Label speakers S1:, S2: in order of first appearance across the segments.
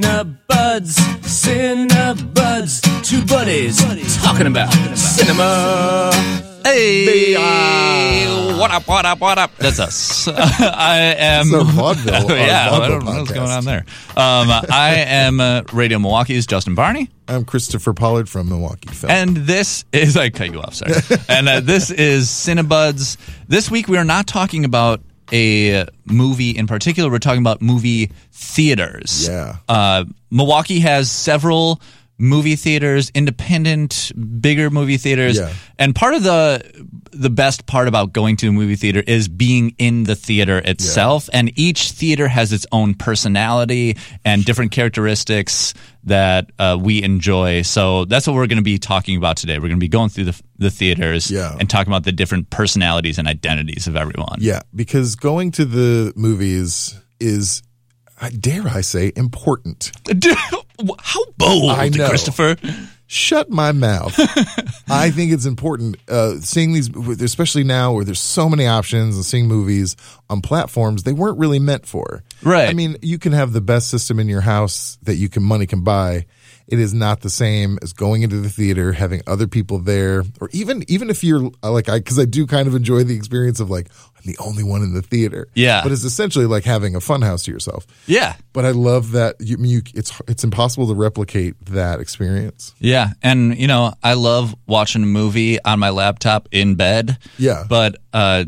S1: Cinebuds, Cinebuds, two buddies talking about cinema.
S2: Hey,
S1: Yeah.
S2: what up? What up? What up? That's us. I am.
S3: It's a vaudeville- a
S2: yeah, I
S3: vaudeville
S2: don't know what's
S3: podcast.
S2: going on there. Um, I am uh, Radio Milwaukee's Justin Barney,
S3: I'm Christopher Pollard from Milwaukee Film.
S2: and this is I cut you off, sorry. and uh, this is Cinebuds. This week we are not talking about a movie in particular. We're talking about movie theaters.
S3: Yeah.
S2: Uh, Milwaukee has several movie theaters, independent, bigger movie theaters.
S3: Yeah.
S2: And part of the the best part about going to a movie theater is being in the theater itself and each theater has its own personality and different characteristics that uh, we enjoy. So that's what we're going to be talking about today. We're going to be going through the, the theaters
S3: Yeah.
S2: and talking about the different personalities and identities of everyone.
S3: yeah, because going to the movies is, I- dare I say, important.
S2: Dude, How bold,
S3: I know.
S2: Christopher.
S3: Shut my mouth. I think it's important uh, seeing these, especially now where there's so many options and seeing movies on platforms they weren't really meant for.
S2: Right.
S3: I mean, you can have the best system in your house that you can money can buy. It is not the same as going into the theater, having other people there, or even even if you're uh, like I, because I do kind of enjoy the experience of like I'm the only one in the theater.
S2: Yeah.
S3: but it's essentially like having a fun house to yourself.
S2: Yeah.
S3: But I love that you, I mean, you it's it's impossible to replicate that experience.
S2: Yeah, and you know, I love watching a movie on my laptop in bed.
S3: Yeah.
S2: But uh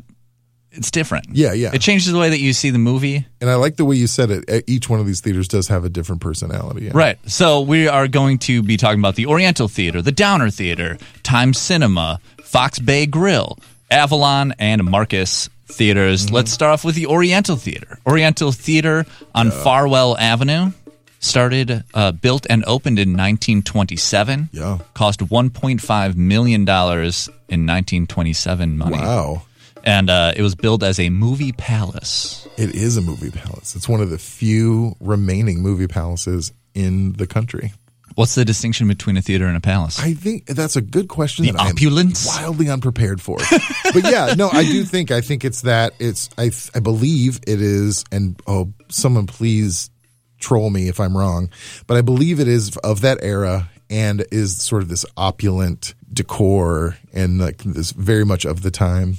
S2: it's different.
S3: Yeah, yeah.
S2: It changes the way that you see the movie.
S3: And I like the way you said it. E- Each one of these theaters does have a different personality.
S2: Right. So we are going to be talking about the Oriental Theater, the Downer Theater, Time Cinema, Fox Bay Grill, Avalon, and Marcus Theaters.
S3: Mm-hmm.
S2: Let's start off with the Oriental Theater. Oriental Theater on Farwell Avenue started, uh, built, and opened in 1927.
S3: Yeah.
S2: Cost 1.5 million dollars in 1927 money,
S3: Wow.
S2: and uh, it was billed as a movie palace.
S3: It is a movie palace. It's one of the few remaining movie palaces in the country.
S2: What's the distinction between a theater and a palace?
S3: I think that's a good question.
S2: The
S3: that I am
S2: opulence?
S3: wildly unprepared for. but yeah, no, I do think I think it's that it's I th- I believe it is, and oh, someone please troll me if I'm wrong, but I believe it is of that era and is sort of this opulent decor and like this very much of the time,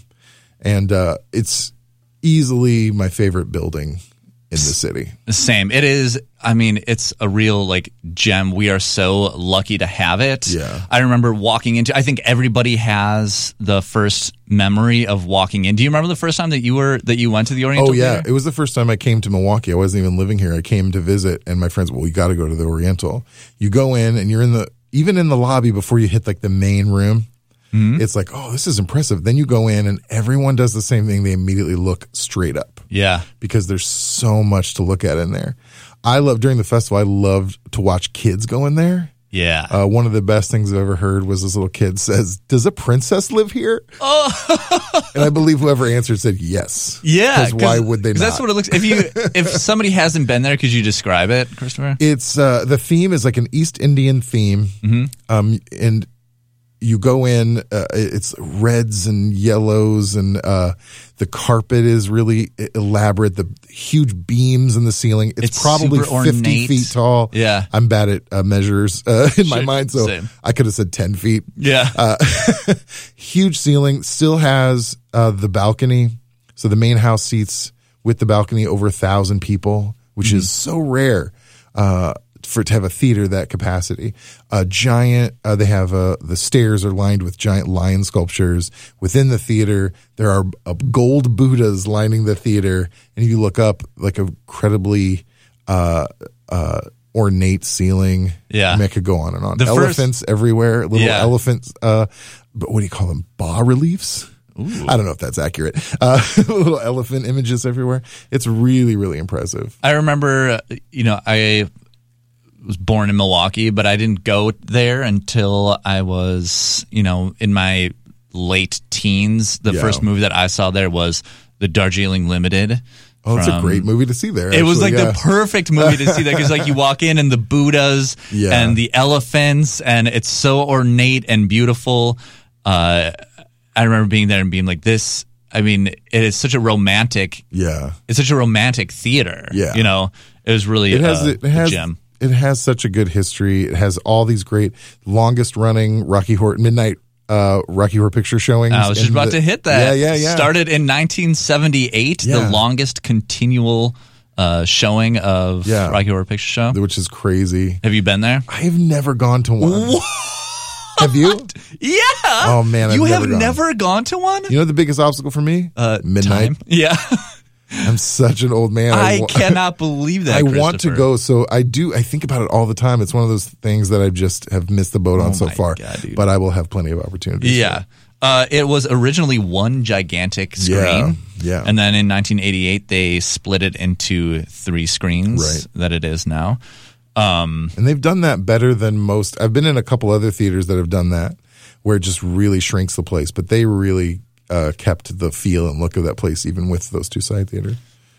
S3: and uh, it's easily my favorite building in the city.
S2: Same. It is. I mean, it's a real like gem. We are so lucky to have it.
S3: Yeah.
S2: I remember walking into. I think everybody has the first memory of walking in. Do you remember the first time that you were that you went to the Oriental?
S3: Oh yeah,
S2: Theater?
S3: it was the first time I came to Milwaukee. I wasn't even living here. I came to visit, and my friends, well, you got to go to the Oriental. You go in, and you're in the even in the lobby before you hit like the main room. It's like, oh, this is impressive. Then you go in, and everyone does the same thing. They immediately look straight up
S2: Yeah.
S3: because there's so much to look at in there. I love during the festival. I loved to watch kids go in there.
S2: Yeah.
S3: Uh, one of the best things I've ever heard was this little kid says, "Does a princess live here?" Oh, and I believe whoever answered said yes.
S2: yeah.
S3: 'Cause why would they?
S2: 'cause That's
S3: not?
S2: what it looks. If you if somebody hasn't been there, could you describe it, Christopher?
S3: it's uh, the theme is like an East Indian theme,
S2: Mm-hmm.
S3: um, and you go in. Uh, it's reds and yellows, and uh, the carpet is really e- elaborate. The huge beams in the ceiling. It's,
S2: It's
S3: probably
S2: super
S3: fifty
S2: ornate.
S3: feet tall.
S2: Yeah.
S3: I'm bad at uh, measures uh, in my
S2: Sure,
S3: mind, so
S2: same.
S3: I could have said ten feet.
S2: Yeah.
S3: Huge ceiling. Still has uh, the balcony, so the main house seats with the balcony over a thousand people, which is
S2: Mm-hmm.
S3: so rare uh, for to have a theater that capacity. A giant. Uh, they have uh, the stairs are lined with giant lion sculptures within the theater. There are uh, gold Buddhas lining the theater, and if you look up, like a incredibly uh, uh, ornate ceiling.
S2: Yeah.
S3: I mean, I could go on and on.
S2: The first-
S3: Elephants everywhere. Little
S2: Yeah.
S3: elephants. Uh, but what do you call them? Bas reliefs. I don't know if that's accurate. Uh, little elephant images everywhere. It's really, really impressive.
S2: I remember, uh, you know, I was born in Milwaukee, but I didn't go there until I was, you know, in my late teens. The
S3: Yeah.
S2: first movie that I saw there was The Darjeeling Limited.
S3: Oh, it's a
S2: from-
S3: great movie to see there.
S2: It was like
S3: actually, yeah.
S2: the perfect movie to see that because, like, you walk in and the Buddhas
S3: Yeah.
S2: and the elephants, and it's so ornate and beautiful. Uh, I remember being there and being like, "This." I mean, it is such a romantic.
S3: Yeah.
S2: It's such a romantic theater.
S3: Yeah.
S2: you know, it was really
S3: It has
S2: uh,
S3: it has
S2: a gem.
S3: it has such a good history. It has all these great longest running Rocky Horror Midnight uh Rocky Horror Picture showings.
S2: I was just
S3: in
S2: about
S3: the-
S2: to hit that.
S3: Yeah, yeah, yeah.
S2: Started in 1978,
S3: Yeah.
S2: the longest continual uh, showing of
S3: Yeah.
S2: Rocky Horror Picture Show.
S3: which is crazy.
S2: Have you been there?
S3: I've never gone to one. Have you?
S2: Yeah.
S3: Oh man, I've
S2: you have
S3: never gone.
S2: never gone to one?
S3: You know the biggest obstacle for me?
S2: Uh,
S3: Midnight.
S2: time? Yeah.
S3: I'm such an old man.
S2: I
S3: wa-
S2: cannot believe that.
S3: I want to
S2: Christopher.
S3: go, so I do. I think about it all the time. It's one of those things that I just have missed the boat on so
S2: Oh my
S3: far.
S2: God, dude.
S3: but I will have plenty of opportunities.
S2: Yeah. Uh, it was originally one gigantic screen.
S3: Yeah, yeah.
S2: And then in 1988, they split it into three screens
S3: Right.
S2: that it is now.
S3: And they've done that better than most. I've been in a couple other theaters that have done that, where it just really shrinks the place. But they really uh, kept the feel and look of that place, even with those two side theaters.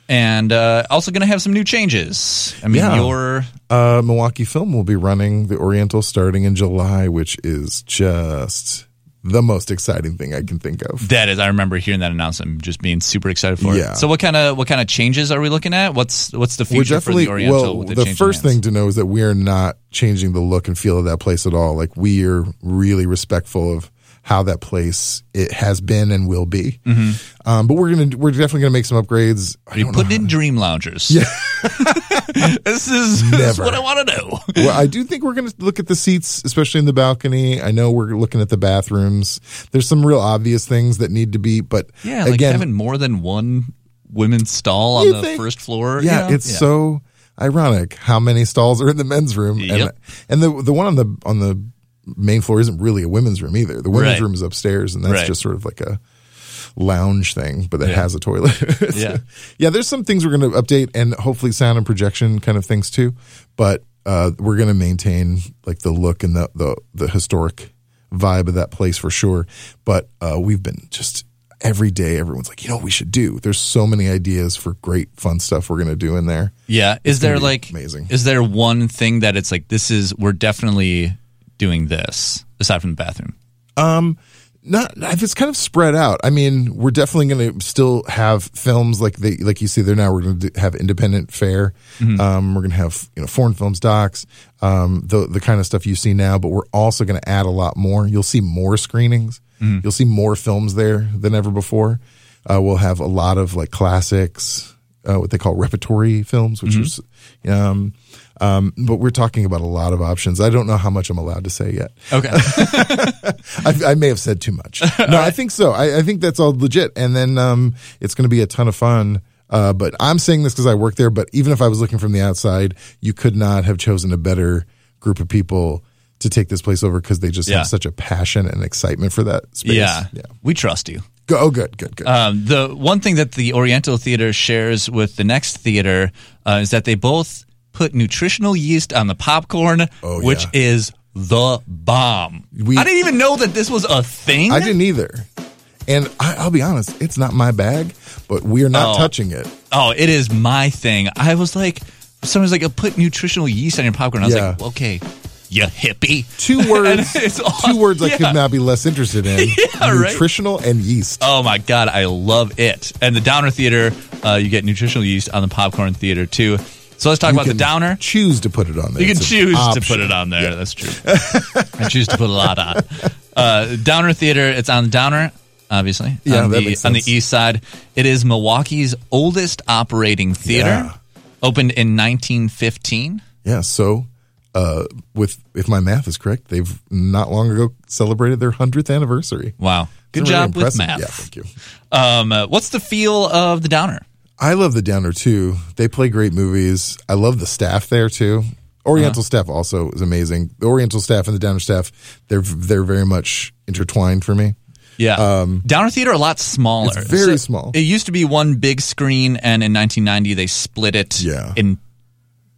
S2: And uh, also going to have some new changes. I mean,
S3: Yeah.
S2: your
S3: Uh, Milwaukee Film will be running the Oriental starting in July, which is just the most exciting thing I can think of.
S2: that is. I remember hearing that announcement, and just being super excited for
S3: Yeah.
S2: it. So, what kind of what kind of changes are we looking at? What's what's the
S3: We're
S2: future for
S3: definitely
S2: the Oriental?
S3: well.
S2: with
S3: The
S2: change in
S3: first
S2: hands?
S3: thing to know is that we are not changing the look and feel of that place at all. Like we are really respectful of how that place it has been and will be. Um, but we're gonna we're definitely gonna make some upgrades. I
S2: Mm-hmm. you
S3: don't know
S2: put in dream loungers. Yeah. this is this is
S3: Never.
S2: what I want to know.
S3: well, I do think we're going to look at the seats, especially in the balcony. I know we're looking at the bathrooms. There's some real obvious things that need to be, but
S2: Yeah, like
S3: again,
S2: having more than one women's stall on
S3: You
S2: the
S3: think-
S2: first floor.
S3: yeah,
S2: you know?
S3: it's so ironic how many stalls are in the men's room,
S2: Yep.
S3: and and the the one on the on the main floor isn't really a women's room either. The women's
S2: Right.
S3: room is upstairs, and that's
S2: Right.
S3: just sort of like a lounge thing, but that has a toilet. uh,
S2: Yeah.
S3: yeah. There's some things we're going to update, and hopefully sound and projection kind of things too. But uh, we're going to maintain like the look and the the, the historic vibe of that place for sure. But uh, we've been just every day. Everyone's like, you know, what we should do. There's so many ideas for great fun stuff we're going to do in there.
S2: yeah. Is there
S3: gonna be
S2: like
S3: amazing.
S2: Is there one thing that it's like this is we're definitely doing this aside from the bathroom?
S3: not if it's kind of spread out. I mean, we're definitely going to still have films like they like you see there now. We're going to have independent fare. Um, we're going to have you know foreign films docs, um, the the kind of stuff you see now. But we're also going to add a lot more. You'll see more screenings. You'll see more films there than ever before. Uh, we'll have a lot of like classics, uh, what they call repertory films, which is um, um, but we're talking about a lot of options. I don't know how much I'm allowed to say yet.
S2: Okay.
S3: I, I may have said too much. No, I think so. I, I think that's all legit. And then um, it's going to be a ton of fun. Uh, but I'm saying this because I work there. But even if I was looking from the outside, you could not have chosen a better group of people to take this place over because they just
S2: Yeah.
S3: have such a passion and excitement for that space.
S2: yeah.
S3: yeah.
S2: We trust you.
S3: Go, oh, good, good, good.
S2: Um, the one thing that the Oriental Theater shares with the next theater uh, is that they both put nutritional yeast on the popcorn,
S3: Oh,
S2: which
S3: yeah.
S2: is the bomb.
S3: We-
S2: I didn't even know that this was a thing.
S3: I didn't either. And I, I'll be honest, it's not my bag, but we are not
S2: Oh.
S3: touching it.
S2: oh, it is my thing. I was like, someone's like, "Oh, put nutritional yeast on your popcorn. I was
S3: Yeah.
S2: like, okay, you hippie.
S3: Two words,
S2: it's
S3: two
S2: awesome.
S3: words I
S2: Yeah.
S3: could not be less interested in:
S2: Yeah, right.
S3: nutritional and yeast.
S2: Oh my god, I love it. And the Downer Theater, uh, you get nutritional yeast on the popcorn theater too. So let's talk about the
S3: can
S2: Downer.
S3: Choose to put it on there.
S2: You can
S3: It's an
S2: choose
S3: option.
S2: to put it on there. That's true. I choose to put a lot on. Uh, Downer Theater. It's on Downer, obviously.
S3: Yeah,
S2: on
S3: that
S2: the,
S3: makes
S2: on the
S3: sense.
S2: east side. It is Milwaukee's oldest operating theater.
S3: Yeah.
S2: Opened in 1915.
S3: Yeah. So, uh, with if my math is correct, they've not long ago celebrated their hundredth anniversary.
S2: Wow. Good
S3: It's really
S2: job with
S3: impressive.
S2: math.
S3: Yeah, thank you.
S2: Um, uh, what's the feel of the Downer?
S3: I love the Downer too. They play great movies. I love the staff there too. Oriental
S2: Uh-huh.
S3: staff also is amazing. The Oriental staff and the Downer staff, they're they're very much intertwined for me.
S2: Yeah. Downer Theater a lot smaller.
S3: Um, It's very small.
S2: It used to be one big screen and in 1990 they split it
S3: Yeah.
S2: in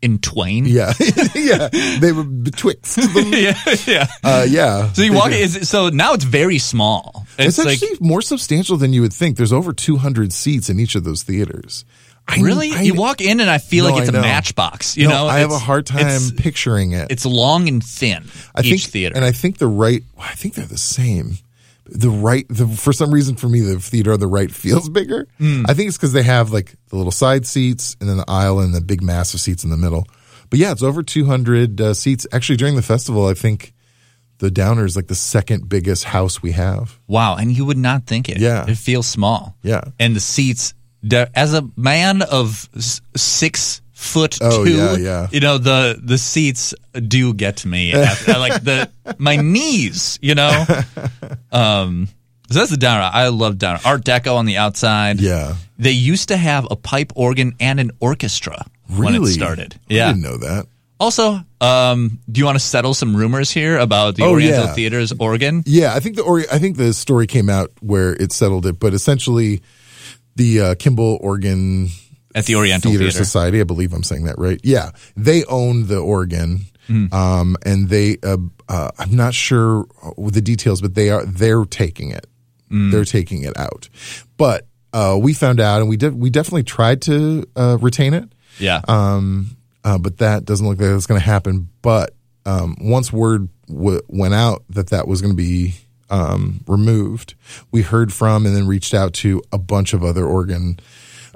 S2: in twain.
S3: Yeah, yeah. They were betwixt them.
S2: yeah, yeah.
S3: Uh, yeah.
S2: So you
S3: They
S2: walk
S3: do.
S2: is so now it's very small. It's,
S3: It's,
S2: like
S3: actually more substantial than you would think. There's over 200 seats in each of those theaters. I,
S2: really
S3: I-
S2: you walk in and I feel
S3: No,
S2: like it's
S3: I
S2: a
S3: know.
S2: matchbox, you
S3: No,
S2: know.
S3: I have a
S2: It's-
S3: hard time
S2: It's,
S3: picturing it.
S2: it's long and thin
S3: I
S2: each
S3: think,
S2: theater.
S3: and I think the right. I think they're the same. the right the, for some reason for me the theater on the right feels bigger.
S2: Hmm.
S3: I think it's because they have like the little side seats and then the aisle and the big massive seats in the middle. But yeah, it's over 200 uh, seats. Actually, during the festival, I think the Downer is like the second biggest house we have.
S2: Wow, and you would not think it.
S3: Yeah.
S2: it feels small.
S3: Yeah.
S2: and the seats. the- As a man of s- six foot two,
S3: Oh, yeah, yeah.
S2: you know the the seats do get to me. I, I like the my knees, you know. Um, so that's the downer. I love downer art deco on the outside.
S3: Yeah.
S2: they used to have a pipe organ and an orchestra when it started.
S3: I
S2: yeah,
S3: didn't know that.
S2: Also, um, do you want to settle some rumors here about the
S3: Oh,
S2: Oriental
S3: yeah.
S2: Theater's organ?
S3: Yeah, I think the Ori- I think the story came out where it settled it, but essentially, the uh, Kimball Oregon
S2: At the Oriental
S3: Theater,
S2: Theater.
S3: Society, I believe I'm saying that right. Yeah, they own the organ, um, and they uh, uh, I'm not sure with the details, but they are they're taking it, they're taking it out. But uh, we found out, and we did we definitely tried to uh, retain it,
S2: Yeah.
S3: uh, but that doesn't look like that's going to happen. But um, once word w- went out that that was going to be um, removed, we heard from and then reached out to a bunch of other organ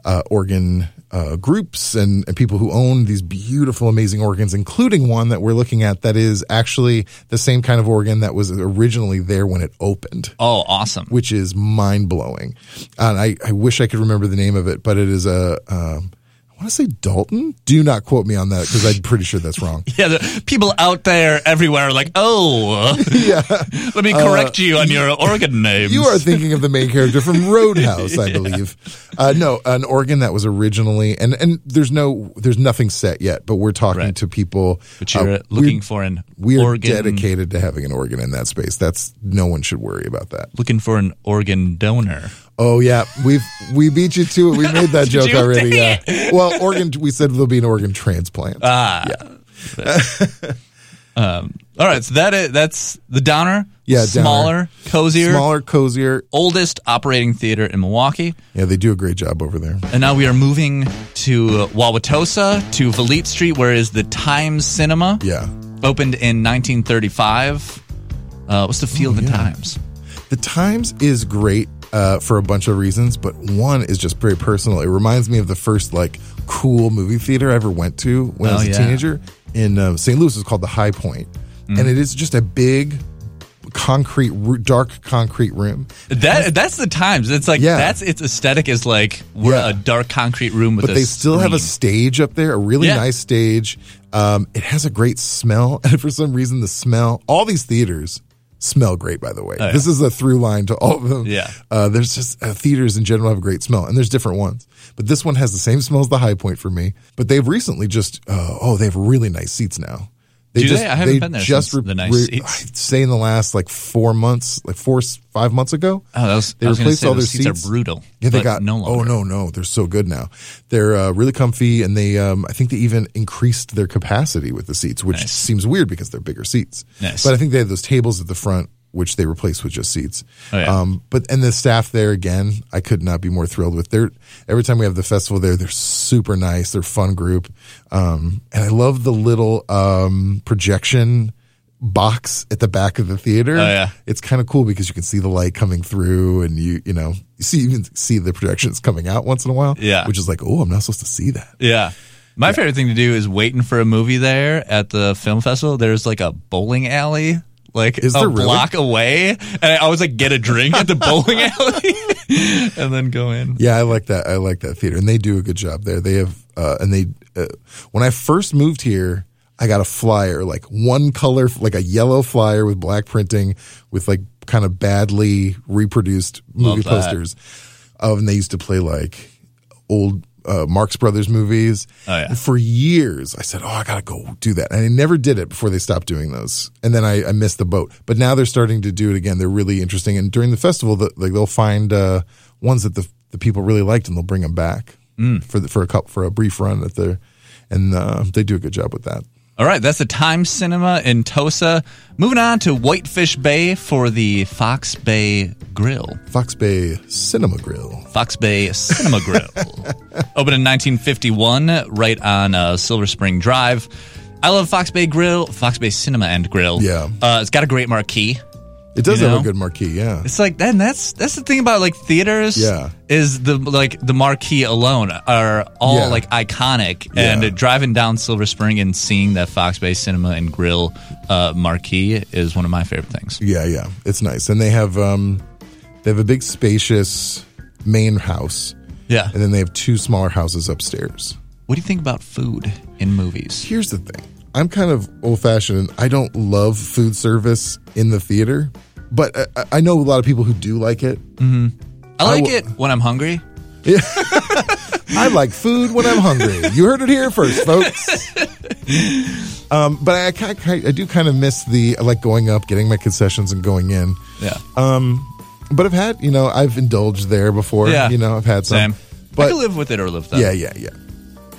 S3: uh, organ uh, groups and, and people who own these beautiful, amazing organs, including one that we're looking at that is actually the same kind of organ that was originally there when it opened
S2: oh, awesome.
S3: which is mind blowing. And I, I wish I could remember the name of it, but it is a, um, I want to say Dalton. Do not quote me on that because I'm pretty sure that's wrong.
S2: yeah, the people out there everywhere are like, oh, let me correct you on your organ names.
S3: Uh, You are thinking of the main character from Roadhouse, I believe. Uh, no, an organ that was originally, and, and there's no, there's nothing set yet, but we're talking
S2: Right.
S3: to people.
S2: but you're
S3: uh,
S2: looking
S3: we're-
S2: for an
S3: We're
S2: organ.
S3: dedicated to having an organ in that space. That's no one should worry about that.
S2: Looking for an organ donor.
S3: Oh yeah, we've we beat you to it. We made that joke
S2: you?
S3: already.
S2: Dang
S3: Yeah. Well, organ. We said there'll be an organ transplant.
S2: Ah. um, all right, so that is, that's the downer.
S3: Yeah,
S2: Smaller, cozier,
S3: Smaller, cozier.
S2: oldest operating theater in Milwaukee.
S3: Yeah, they do a great job over there.
S2: And now we are moving to uh, Wauwatosa, to Valete Street, where is the Times Cinema.
S3: Yeah,
S2: Opened in 1935. Uh, what's the Field
S3: Oh,
S2: and Times?
S3: the Times is great uh, for a bunch of reasons, but one is just very personal. It reminds me of the first like cool movie theater I ever went to when I
S2: Oh,
S3: was a
S2: yeah. Mm.
S3: teenager in uh, St. Louis. It's called the High Point, and it is just a big concrete, ru- dark concrete room.
S2: That that's the Times. It's like
S3: Yeah.
S2: that's its aesthetic is like we're
S3: Yeah.
S2: a dark concrete room with
S3: but
S2: a
S3: they still have a
S2: screen.
S3: stage up there, a really
S2: Yeah.
S3: nice stage. Um, it has a great smell, and for some reason, the smell. All these theaters smell great. By the way,
S2: Oh, yeah.
S3: this is a through line to all of them.
S2: Yeah.
S3: uh, there's just uh, theaters in general have a great smell, and there's different ones, but this one has the same smell as the High Point for me. But they've recently just uh, oh, they have really nice seats now.
S2: Do they? I haven't been there since the nice seats.
S3: I'd say in the last like four months, like four five months ago.
S2: Oh, that was,
S3: They
S2: I was gonna
S3: replaced
S2: say
S3: all
S2: those
S3: their
S2: seats are
S3: seats.
S2: brutal.
S3: Yeah, they
S2: but
S3: got
S2: no
S3: Oh
S2: longer.
S3: no, no, they're so good now. They're uh, really comfy, and they um, I think they even increased their capacity with the seats, which
S2: Nice.
S3: seems weird because they're bigger seats.
S2: Nice.
S3: But I think they had those tables at the front, which they replaced with just seats.
S2: Oh, yeah.
S3: um, but and the staff there again, I could not be more thrilled with. They're every time we have the festival there, they're super nice. They're a fun group, um, and I love the little um, projection. Box at the back of the theater
S2: Oh, yeah.
S3: it's kind of cool because you can see the light coming through and you you know you see you even see the projections coming out once in a while
S2: Yeah.
S3: which is like oh i'm not supposed to see that
S2: Yeah. My favorite thing to do is waiting for a movie there at the film festival. There's like a bowling alley, like
S3: Is
S2: a
S3: there really?
S2: block away, and I always like get a drink at the bowling alley and then go in.
S3: yeah i like that i like that theater and they do a good job there they have uh, and they uh, when i first moved here i got a flyer like one color like a yellow flyer with black printing with like kind of badly reproduced movie
S2: that.
S3: posters of and they used to play like old uh, Marx Brothers movies.
S2: Oh, yeah.
S3: For years, I said, "Oh, I gotta go do that," and I never did it before they stopped doing those. And then I, I missed the boat. But now they're starting to do it again. They're really interesting. And during the festival, the, like they'll find uh, ones that the the people really liked, and they'll bring them back
S2: Mm.
S3: for the, for a cup for a brief run at their. And uh, they do a good job with that.
S2: All right, that's the Times Cinema in Tosa. Moving on to Whitefish Bay for the Fox Bay Grill.
S3: Fox Bay Cinema Grill.
S2: Fox Bay Cinema Grill. Opened in 1951, right on uh, Silver Spring Drive. I love Fox Bay Grill, Fox Bay Cinema and Grill.
S3: Yeah.
S2: Uh, it's got a great marquee.
S3: It does
S2: You
S3: have
S2: know?
S3: a good marquee, yeah.
S2: It's like then that's that's the thing about like theaters.
S3: Yeah.
S2: Is the like the marquee alone are all
S3: Yeah.
S2: like iconic
S3: Yeah.
S2: and driving down Silver Spring and seeing that Fox Bay Cinema and Grill uh, marquee is one of my favorite things.
S3: Yeah, yeah. It's nice. And they have um they have a big spacious main house
S2: Yeah.
S3: and then they have two smaller houses upstairs.
S2: What do you think about food in movies?
S3: Here's the thing. I'm kind of old fashioned and I don't love food service in the theater, but I- I, I know a lot of people who do like it.
S2: I like
S3: will-
S2: it when I'm hungry.
S3: I like food when I'm hungry. You heard it here first, folks. Um, but I, ki- ki- I do kind of miss the I like going up, getting my concessions, and going in.
S2: Yeah.
S3: But I've had, you know, I've indulged there before.
S2: Yeah.
S3: You know, I've had some.
S2: Same. I
S3: But
S2: could live with it or live without.
S3: yeah, yeah, yeah.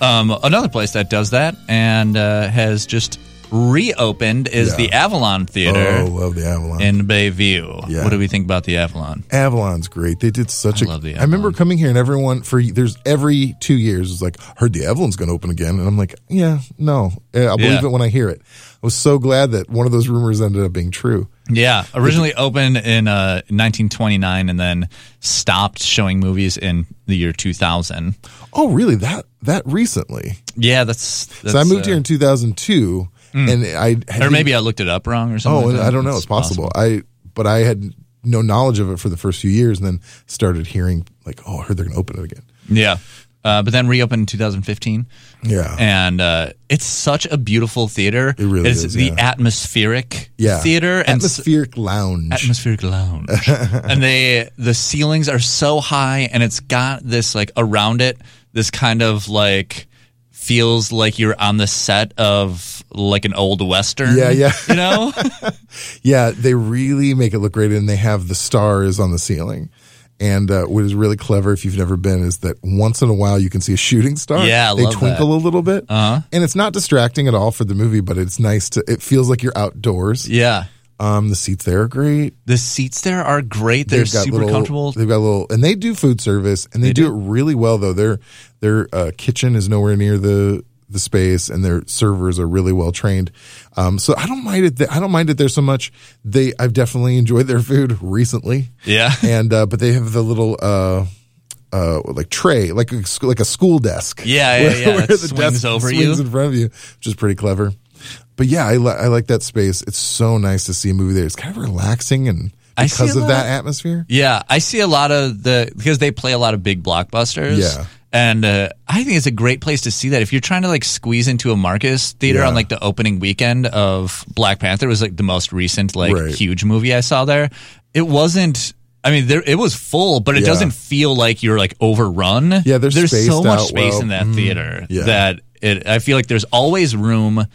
S2: Um, another place that does that and uh, has just reopened is
S3: Yeah.
S2: the Avalon
S3: Oh,
S2: Theater
S3: love the Avalon.
S2: in Bayview.
S3: Yeah.
S2: What do we think about the Avalon?
S3: Avalon's great. They did such
S2: I
S3: a.
S2: love the
S3: I remember
S2: Avalon.
S3: coming here and everyone for there's every two years was like, heard the Avalon's going to open again, and I'm like, yeah, no, Eh, I'll believe
S2: Yeah.
S3: it when I hear it. I was so glad that one of those rumors ended up being true.
S2: Yeah, originally opened in uh, 1929 and then stopped showing movies in the year 2000.
S3: Oh, really? That that recently?
S2: Yeah, that's, that's
S3: so I moved
S2: uh, Hmm.
S3: here in 2002, and I
S2: or maybe I looked it up wrong or something.
S3: Oh,
S2: like
S3: and
S2: that.
S3: I don't know.
S2: It's
S3: It's possible. I but I had no knowledge of it for the first few years, and then started hearing like, oh, I heard they're going to open it again.
S2: Yeah. Uh, but then reopened in 2015.
S3: Yeah.
S2: And uh, it's such a beautiful theater. It
S3: really
S2: it's
S3: is,
S2: the
S3: yeah.
S2: atmospheric
S3: yeah.
S2: theater and s-
S3: atmospheric lounge.
S2: atmospheric lounge. and they the ceilings are so high and it's got this like around it this kind of like feels like you're on the set of like an old western.
S3: Yeah, yeah.
S2: You know?
S3: yeah, they really make it look great, and they have the stars on the ceiling. And uh, what is really clever, if you've never been, is that once in a while you can see a shooting star.
S2: Yeah, I
S3: they
S2: love
S3: twinkle a little bit, uh-huh. and it's not distracting at all for the movie. But it's nice to. It feels like you're outdoors.
S2: yeah.
S3: Um, the seats there are great.
S2: The seats there are great. They're
S3: They've got
S2: super
S3: little-
S2: comfortable.
S3: They've got a little, and they do food service, and they, do, it really well. Though their their uh, kitchen is nowhere near the the space, and their servers are really well trained. Um, so I don't mind it. That, I don't mind it there so much. They I've definitely enjoyed their food recently,
S2: Yeah.
S3: and uh, but they have the little. Uh, uh, like tray, like a, sc- like a school desk.
S2: Yeah, yeah, yeah, that swings over you.
S3: swings in front of you, which is pretty clever. But yeah, I, li- I like that space. It's so nice to see a movie there. It's kind of relaxing, and
S2: I see
S3: because
S2: a
S3: of
S2: lot
S3: that
S2: of-
S3: atmosphere,
S2: Yeah, I see a lot of the because they play a lot of big blockbusters.
S3: Yeah.
S2: And uh, I think it's a great place to see that if you're trying to like squeeze into a Marcus theater
S3: Yeah.
S2: on like the opening weekend of Black Panther was like the most recent like
S3: Right.
S2: huge movie I saw there. It wasn't. I mean, there it was full, but it
S3: Yeah.
S2: doesn't feel like you're like overrun.
S3: Yeah, they're
S2: there's so
S3: spaced
S2: much
S3: out
S2: space
S3: well. Mm-hmm.
S2: in that theater
S3: yeah.
S2: that it. I feel like there's always room,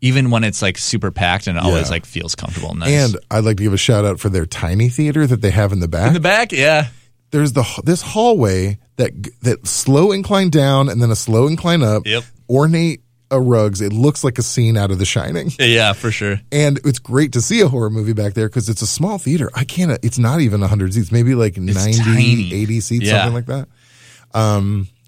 S2: even when it's like super packed and it always
S3: Yeah.
S2: like feels comfortable. And nice.
S3: And I'd like to give a shout out for their tiny theater that they have in the back.
S2: in the back, yeah,
S3: There's the this hallway that g- that slow incline down and then a slow incline up.
S2: Yep.
S3: Ornate uh, rugs. It looks like a scene out of The Shining.
S2: yeah, for sure.
S3: And it's great to see a horror movie back there because it's a small theater. I can't. It's not even 100 seats. Maybe like 90,
S2: tiny.
S3: 80 seats,
S2: Yeah.
S3: something like that. Um,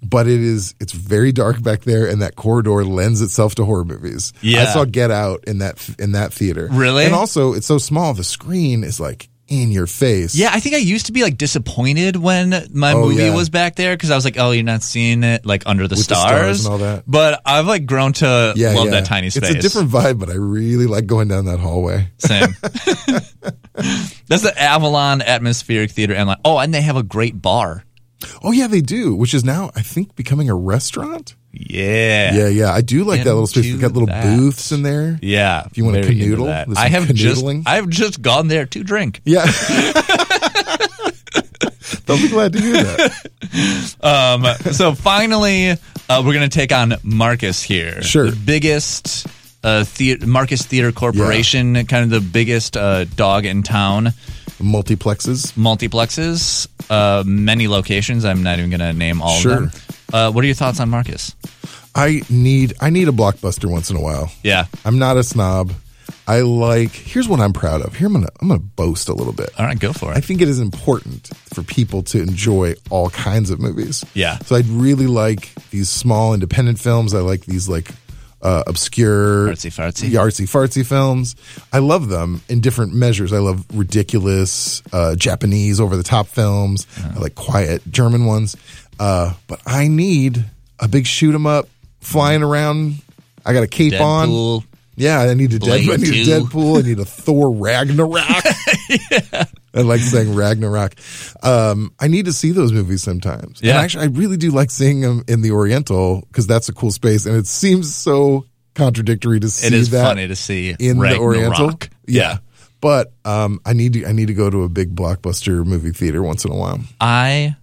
S3: but it is. It's very dark back there, and that corridor lends itself to horror movies. I
S2: Yeah.
S3: saw Get Out in that in that theater.
S2: Really?
S3: And also, it's so small. The screen is like in your face.
S2: Yeah, I think I used to be like disappointed when my
S3: Oh,
S2: movie
S3: yeah.
S2: was back there because I was like, "Oh, you're not seeing it like under the,
S3: With the
S2: stars.
S3: stars and all that.
S2: But I've like grown to
S3: Yeah,
S2: love
S3: yeah.
S2: that tiny space.
S3: It's a different vibe, but I really like going down that hallway.
S2: Same. That's the Avalon Atmospheric Theater, and like, oh, and they have a great bar.
S3: Oh yeah, they do, which is now I think becoming a restaurant.
S2: Yeah,
S3: Yeah, yeah, I do like that little space. We've got
S2: Into
S3: little
S2: that.
S3: booths in there.
S2: yeah. If
S3: you wanna canoodle, there's
S2: I
S3: some
S2: have just
S3: canoodling.
S2: I have just gone there to drink.
S3: Yeah. They'll be glad to hear that.
S2: Um, so finally, uh, we're going to take on Marcus here.
S3: Sure.
S2: The biggest uh, the- Marcus Theater Corporation, kind of the biggest uh, dog in town,
S3: Multiplexes.
S2: multiplexes, uh, many locations. I'm not even going to name all
S3: Sure.
S2: of them. Uh, what are your thoughts on Marcus?
S3: I need I need a blockbuster once in a while.
S2: Yeah.
S3: I'm not a snob. I like here's what I'm proud of. Here I'm gonna I'm gonna boast a little bit.
S2: All right, go for
S3: I
S2: it.
S3: think it is important for people to enjoy all kinds of movies.
S2: Yeah.
S3: So I really like these small independent films. I like these like uh, obscure
S2: Artsy fartsy.
S3: Yeah, artsy fartsy films. I love them in different measures. I love ridiculous uh, Japanese over the top films. I like quiet German ones. Uh, but I need a big shoot 'em up flying around. I got a cape on.
S2: Deadpool.
S3: Yeah, I need a
S2: Blade
S3: Deadpool. I need a
S2: 2.
S3: Deadpool. I need a Thor Ragnarok. I like saying Ragnarok. Um, I need to see those movies sometimes.
S2: Yeah.
S3: And actually, I really do like seeing them in the Oriental because that's a cool space, and it seems so contradictory to see
S2: It is
S3: that
S2: funny to see
S3: in the
S2: Ragnarok.
S3: Oriental.
S2: Yeah.
S3: But um, I need to I need to go to a big blockbuster movie theater once in a while.
S2: I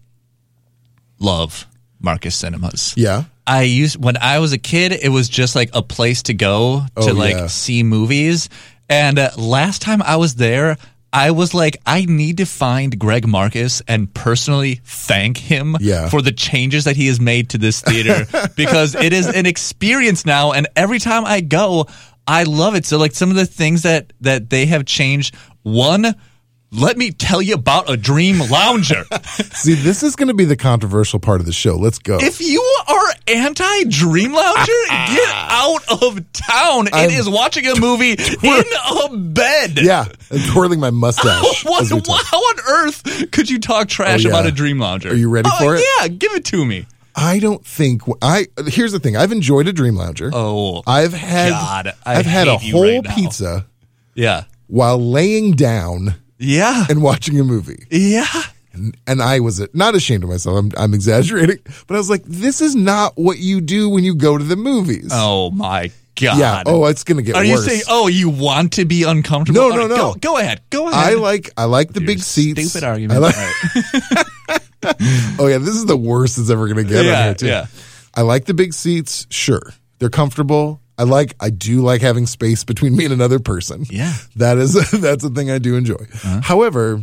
S2: love Marcus Cinemas.
S3: Yeah.
S2: I used when I was a kid, it was just like a place to go
S3: Oh,
S2: to like
S3: yeah.
S2: see movies. And uh, last time I was there, I was like, I need to find Greg Marcus and personally thank him
S3: Yeah.
S2: for the changes that he has made to this theater because it is an experience now. And every time I go, I love it. So like some of the things that that they have changed. One, let me tell you about a dream lounger.
S3: See, this is going to be the controversial part of the show. Let's go.
S2: If you are anti Dream Lounger, get out of town.
S3: Ah. I'm-
S2: it is watching a movie in a bed.
S3: yeah, and twirling my mustache.
S2: What,
S3: as we talk.
S2: how on earth could you talk trash
S3: Oh, yeah.
S2: about a Dream Lounger?
S3: Are you ready
S2: Oh,
S3: for it?
S2: Yeah, give it to me.
S3: I don't think I. Here's the thing. I've enjoyed a Dream Lounger.
S2: Oh,
S3: I've had
S2: God, I
S3: I've had a
S2: hate you
S3: whole
S2: right now.
S3: pizza
S2: yeah.
S3: while laying down
S2: Yeah.
S3: and watching a movie,
S2: Yeah.
S3: and I was not ashamed of myself. I'm, I'm exaggerating, but I was like, "This is not what you do when you go to the movies."
S2: Oh, my God.
S3: yeah. Oh, it's gonna get
S2: Are
S3: worse.
S2: you saying, oh, you want to be uncomfortable?
S3: No,
S2: All
S3: no,
S2: right,
S3: no.
S2: Go, go ahead. Go ahead.
S3: I like I like the
S2: Your
S3: big seats.
S2: Stupid argument.
S3: I like-
S2: All right.
S3: oh yeah, this is the worst it's ever gonna get
S2: Yeah,
S3: on here too.
S2: yeah.
S3: I like the big seats. Sure, they're comfortable. I like I do like having space between me and another person.
S2: Yeah. Uh-huh.
S3: that is that's a thing I do enjoy. However.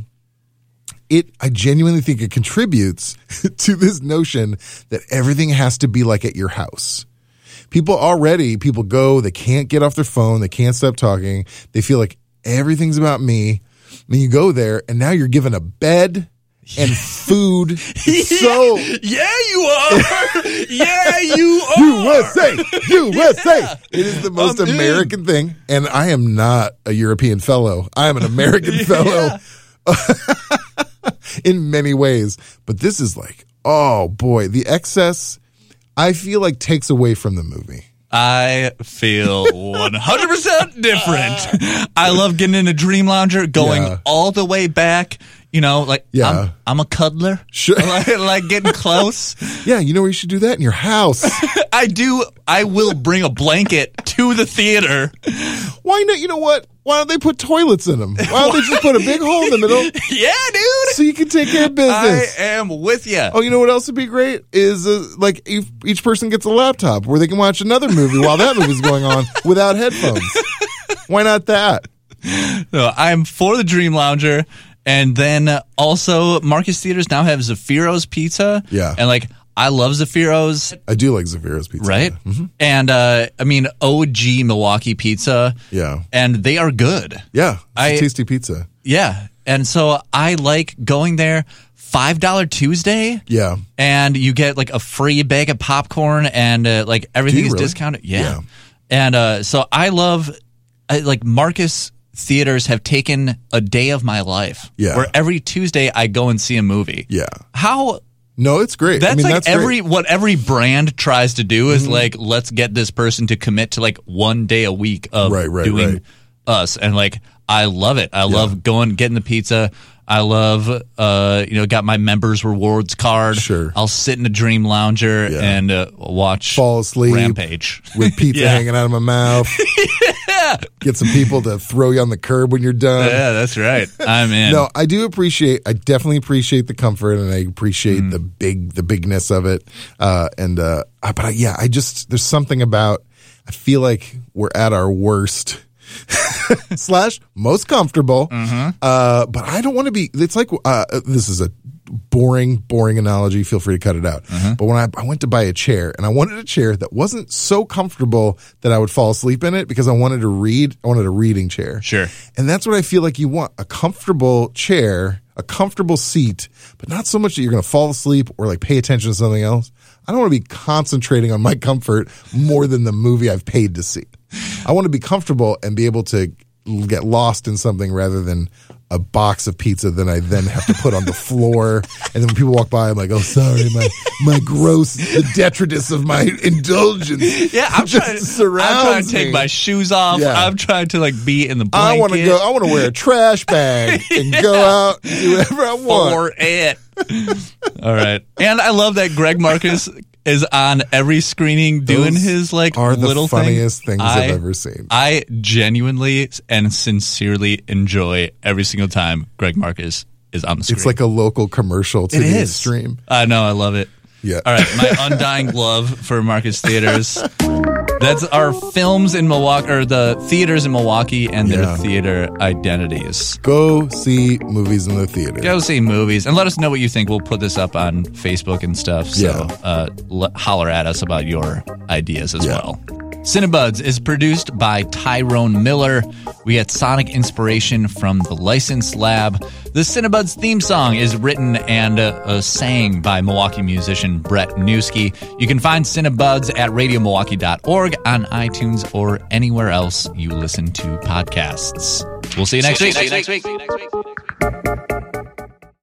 S3: It, I genuinely think it contributes to this notion that everything has to be like at your house. People already, people go, they can't get off their phone, they can't stop talking, they feel like everything's about me. Then you go there, and now you're given a bed and food. It's so
S2: yeah, you are. yeah, you are.
S3: USA, USA. It is the most
S2: I'm in.
S3: American thing, and I am not a European fellow. I am an American fellow in many ways. But this is like, oh boy, the excess. I feel like takes away from the movie.
S2: I feel 100% different. I love getting in a dream lounger, going
S3: Yeah.
S2: all the way back. You know, like
S3: Yeah.
S2: I'm, I'm a cuddler.
S3: Sure.
S2: I like, like getting close.
S3: Yeah, you know where you should do that in your house.
S2: I do. I will bring a blanket to the theater.
S3: Why not? You know what? Why don't they put toilets in them? Why don't they just put a big hole in the middle
S2: Yeah, dude.
S3: so you can take care of
S2: I
S3: business?
S2: am with you.
S3: Oh, you know what else would be great is uh, like each, each person gets a laptop where they can watch another movie while that movie's going on without headphones. Why not that?
S2: No, I'm for the Dream Lounger. And then uh, also, Marcus Theaters now have Zaffiro's Pizza.
S3: Yeah.
S2: And like, I love Zaffiro's.
S3: I do like Zaviro's pizza, Mm-hmm.
S2: right? And uh, I mean, OG Milwaukee pizza.
S3: Yeah.
S2: And they are good.
S3: Yeah, it's a
S2: I-
S3: tasty pizza.
S2: Yeah. And so I like going there $5 Tuesday.
S3: Yeah,
S2: And you get like a free bag of popcorn and uh, like everything
S3: you
S2: is
S3: really?
S2: discounted. Yeah.
S3: Yeah.
S2: And uh, so I love, I, like, Marcus theaters have taken a day of my life
S3: Yeah.
S2: where every Tuesday I go and see a movie.
S3: yeah.
S2: How
S3: No, it's great.
S2: that's
S3: I mean,
S2: like
S3: that's great. Mm-hmm.
S2: every what every brand tries to do is like let's get this person to commit to like one day a week of
S3: Right, right,
S2: doing
S3: right.
S2: us and like I love it. I love going getting the pizza. I love uh you know got my members rewards card.
S3: Sure.
S2: I'll sit in a dream lounger and uh, watch
S3: fall asleep
S2: Rampage.
S3: with pizza
S2: Yeah.
S3: hanging out of my mouth. Get some people to throw you on the curb when you're done.
S2: yeah, that's right. I'm in.
S3: No, I do appreciate. I definitely appreciate the comfort, and I appreciate the big, the bigness of it. Uh, and uh, I- but I, yeah, I just there's something about. I feel like we're at our worst. slash most comfortable uh, but i don't want to be it's like uh, this is a boring boring analogy feel free to cut it out but when I, I went to buy a chair and i wanted a chair that wasn't so comfortable that i would fall asleep in it because i wanted to read i wanted a reading chair
S2: Sure.
S3: and that's what I feel like you want a comfortable chair a comfortable seat, but not so much that you're going to fall asleep or like pay attention to something else. I don't want to be concentrating on my comfort more than the movie I've paid to see. I want to be comfortable and be able to l- get lost in something rather than a box of pizza that I then have to put on the floor. And then when people walk by, I'm like, oh, sorry, my, my gross, the detritus of my indulgence.
S2: Yeah, I'm trying, to, I'm
S3: just
S2: trying
S3: surrounds
S2: to take
S3: me.
S2: my shoes off.
S3: Yeah.
S2: I'm trying to like be in the
S3: I
S2: blanket.
S3: want to go. I want to wear a trash bag and go out and do whatever I want.
S2: for it. All right. And I love that Greg Marcus is on every screening doing
S3: Those
S2: his like
S3: are the
S2: little
S3: funniest
S2: thing.
S3: things I've ever seen.
S2: I genuinely and sincerely enjoy every single time Greg Marcus is on the screen.
S3: It's like a local commercial to
S2: It
S3: the
S2: is.
S3: extreme.
S2: I know. I love it.
S3: Yeah.
S2: All right. My undying love for Marcus Theaters. That's our films in Milwaukee, or the theaters in Milwaukee and their
S3: Yeah.
S2: theater identities.
S3: Go see movies in the theater.
S2: Go see movies and let us know what you think. We'll put this up on Facebook and stuff. So
S3: Yeah.
S2: uh, l- holler at us about your ideas as
S3: Yeah.
S2: well. Cinebuds is produced by Tyrone Miller. We get sonic inspiration from the License Lab. The Cinebuds theme song is written and uh, uh, sang by Milwaukee musician Brett Newski. You can find Cinebuds at radiomilwaukee.org on iTunes or anywhere else you listen to podcasts. We'll see you next week.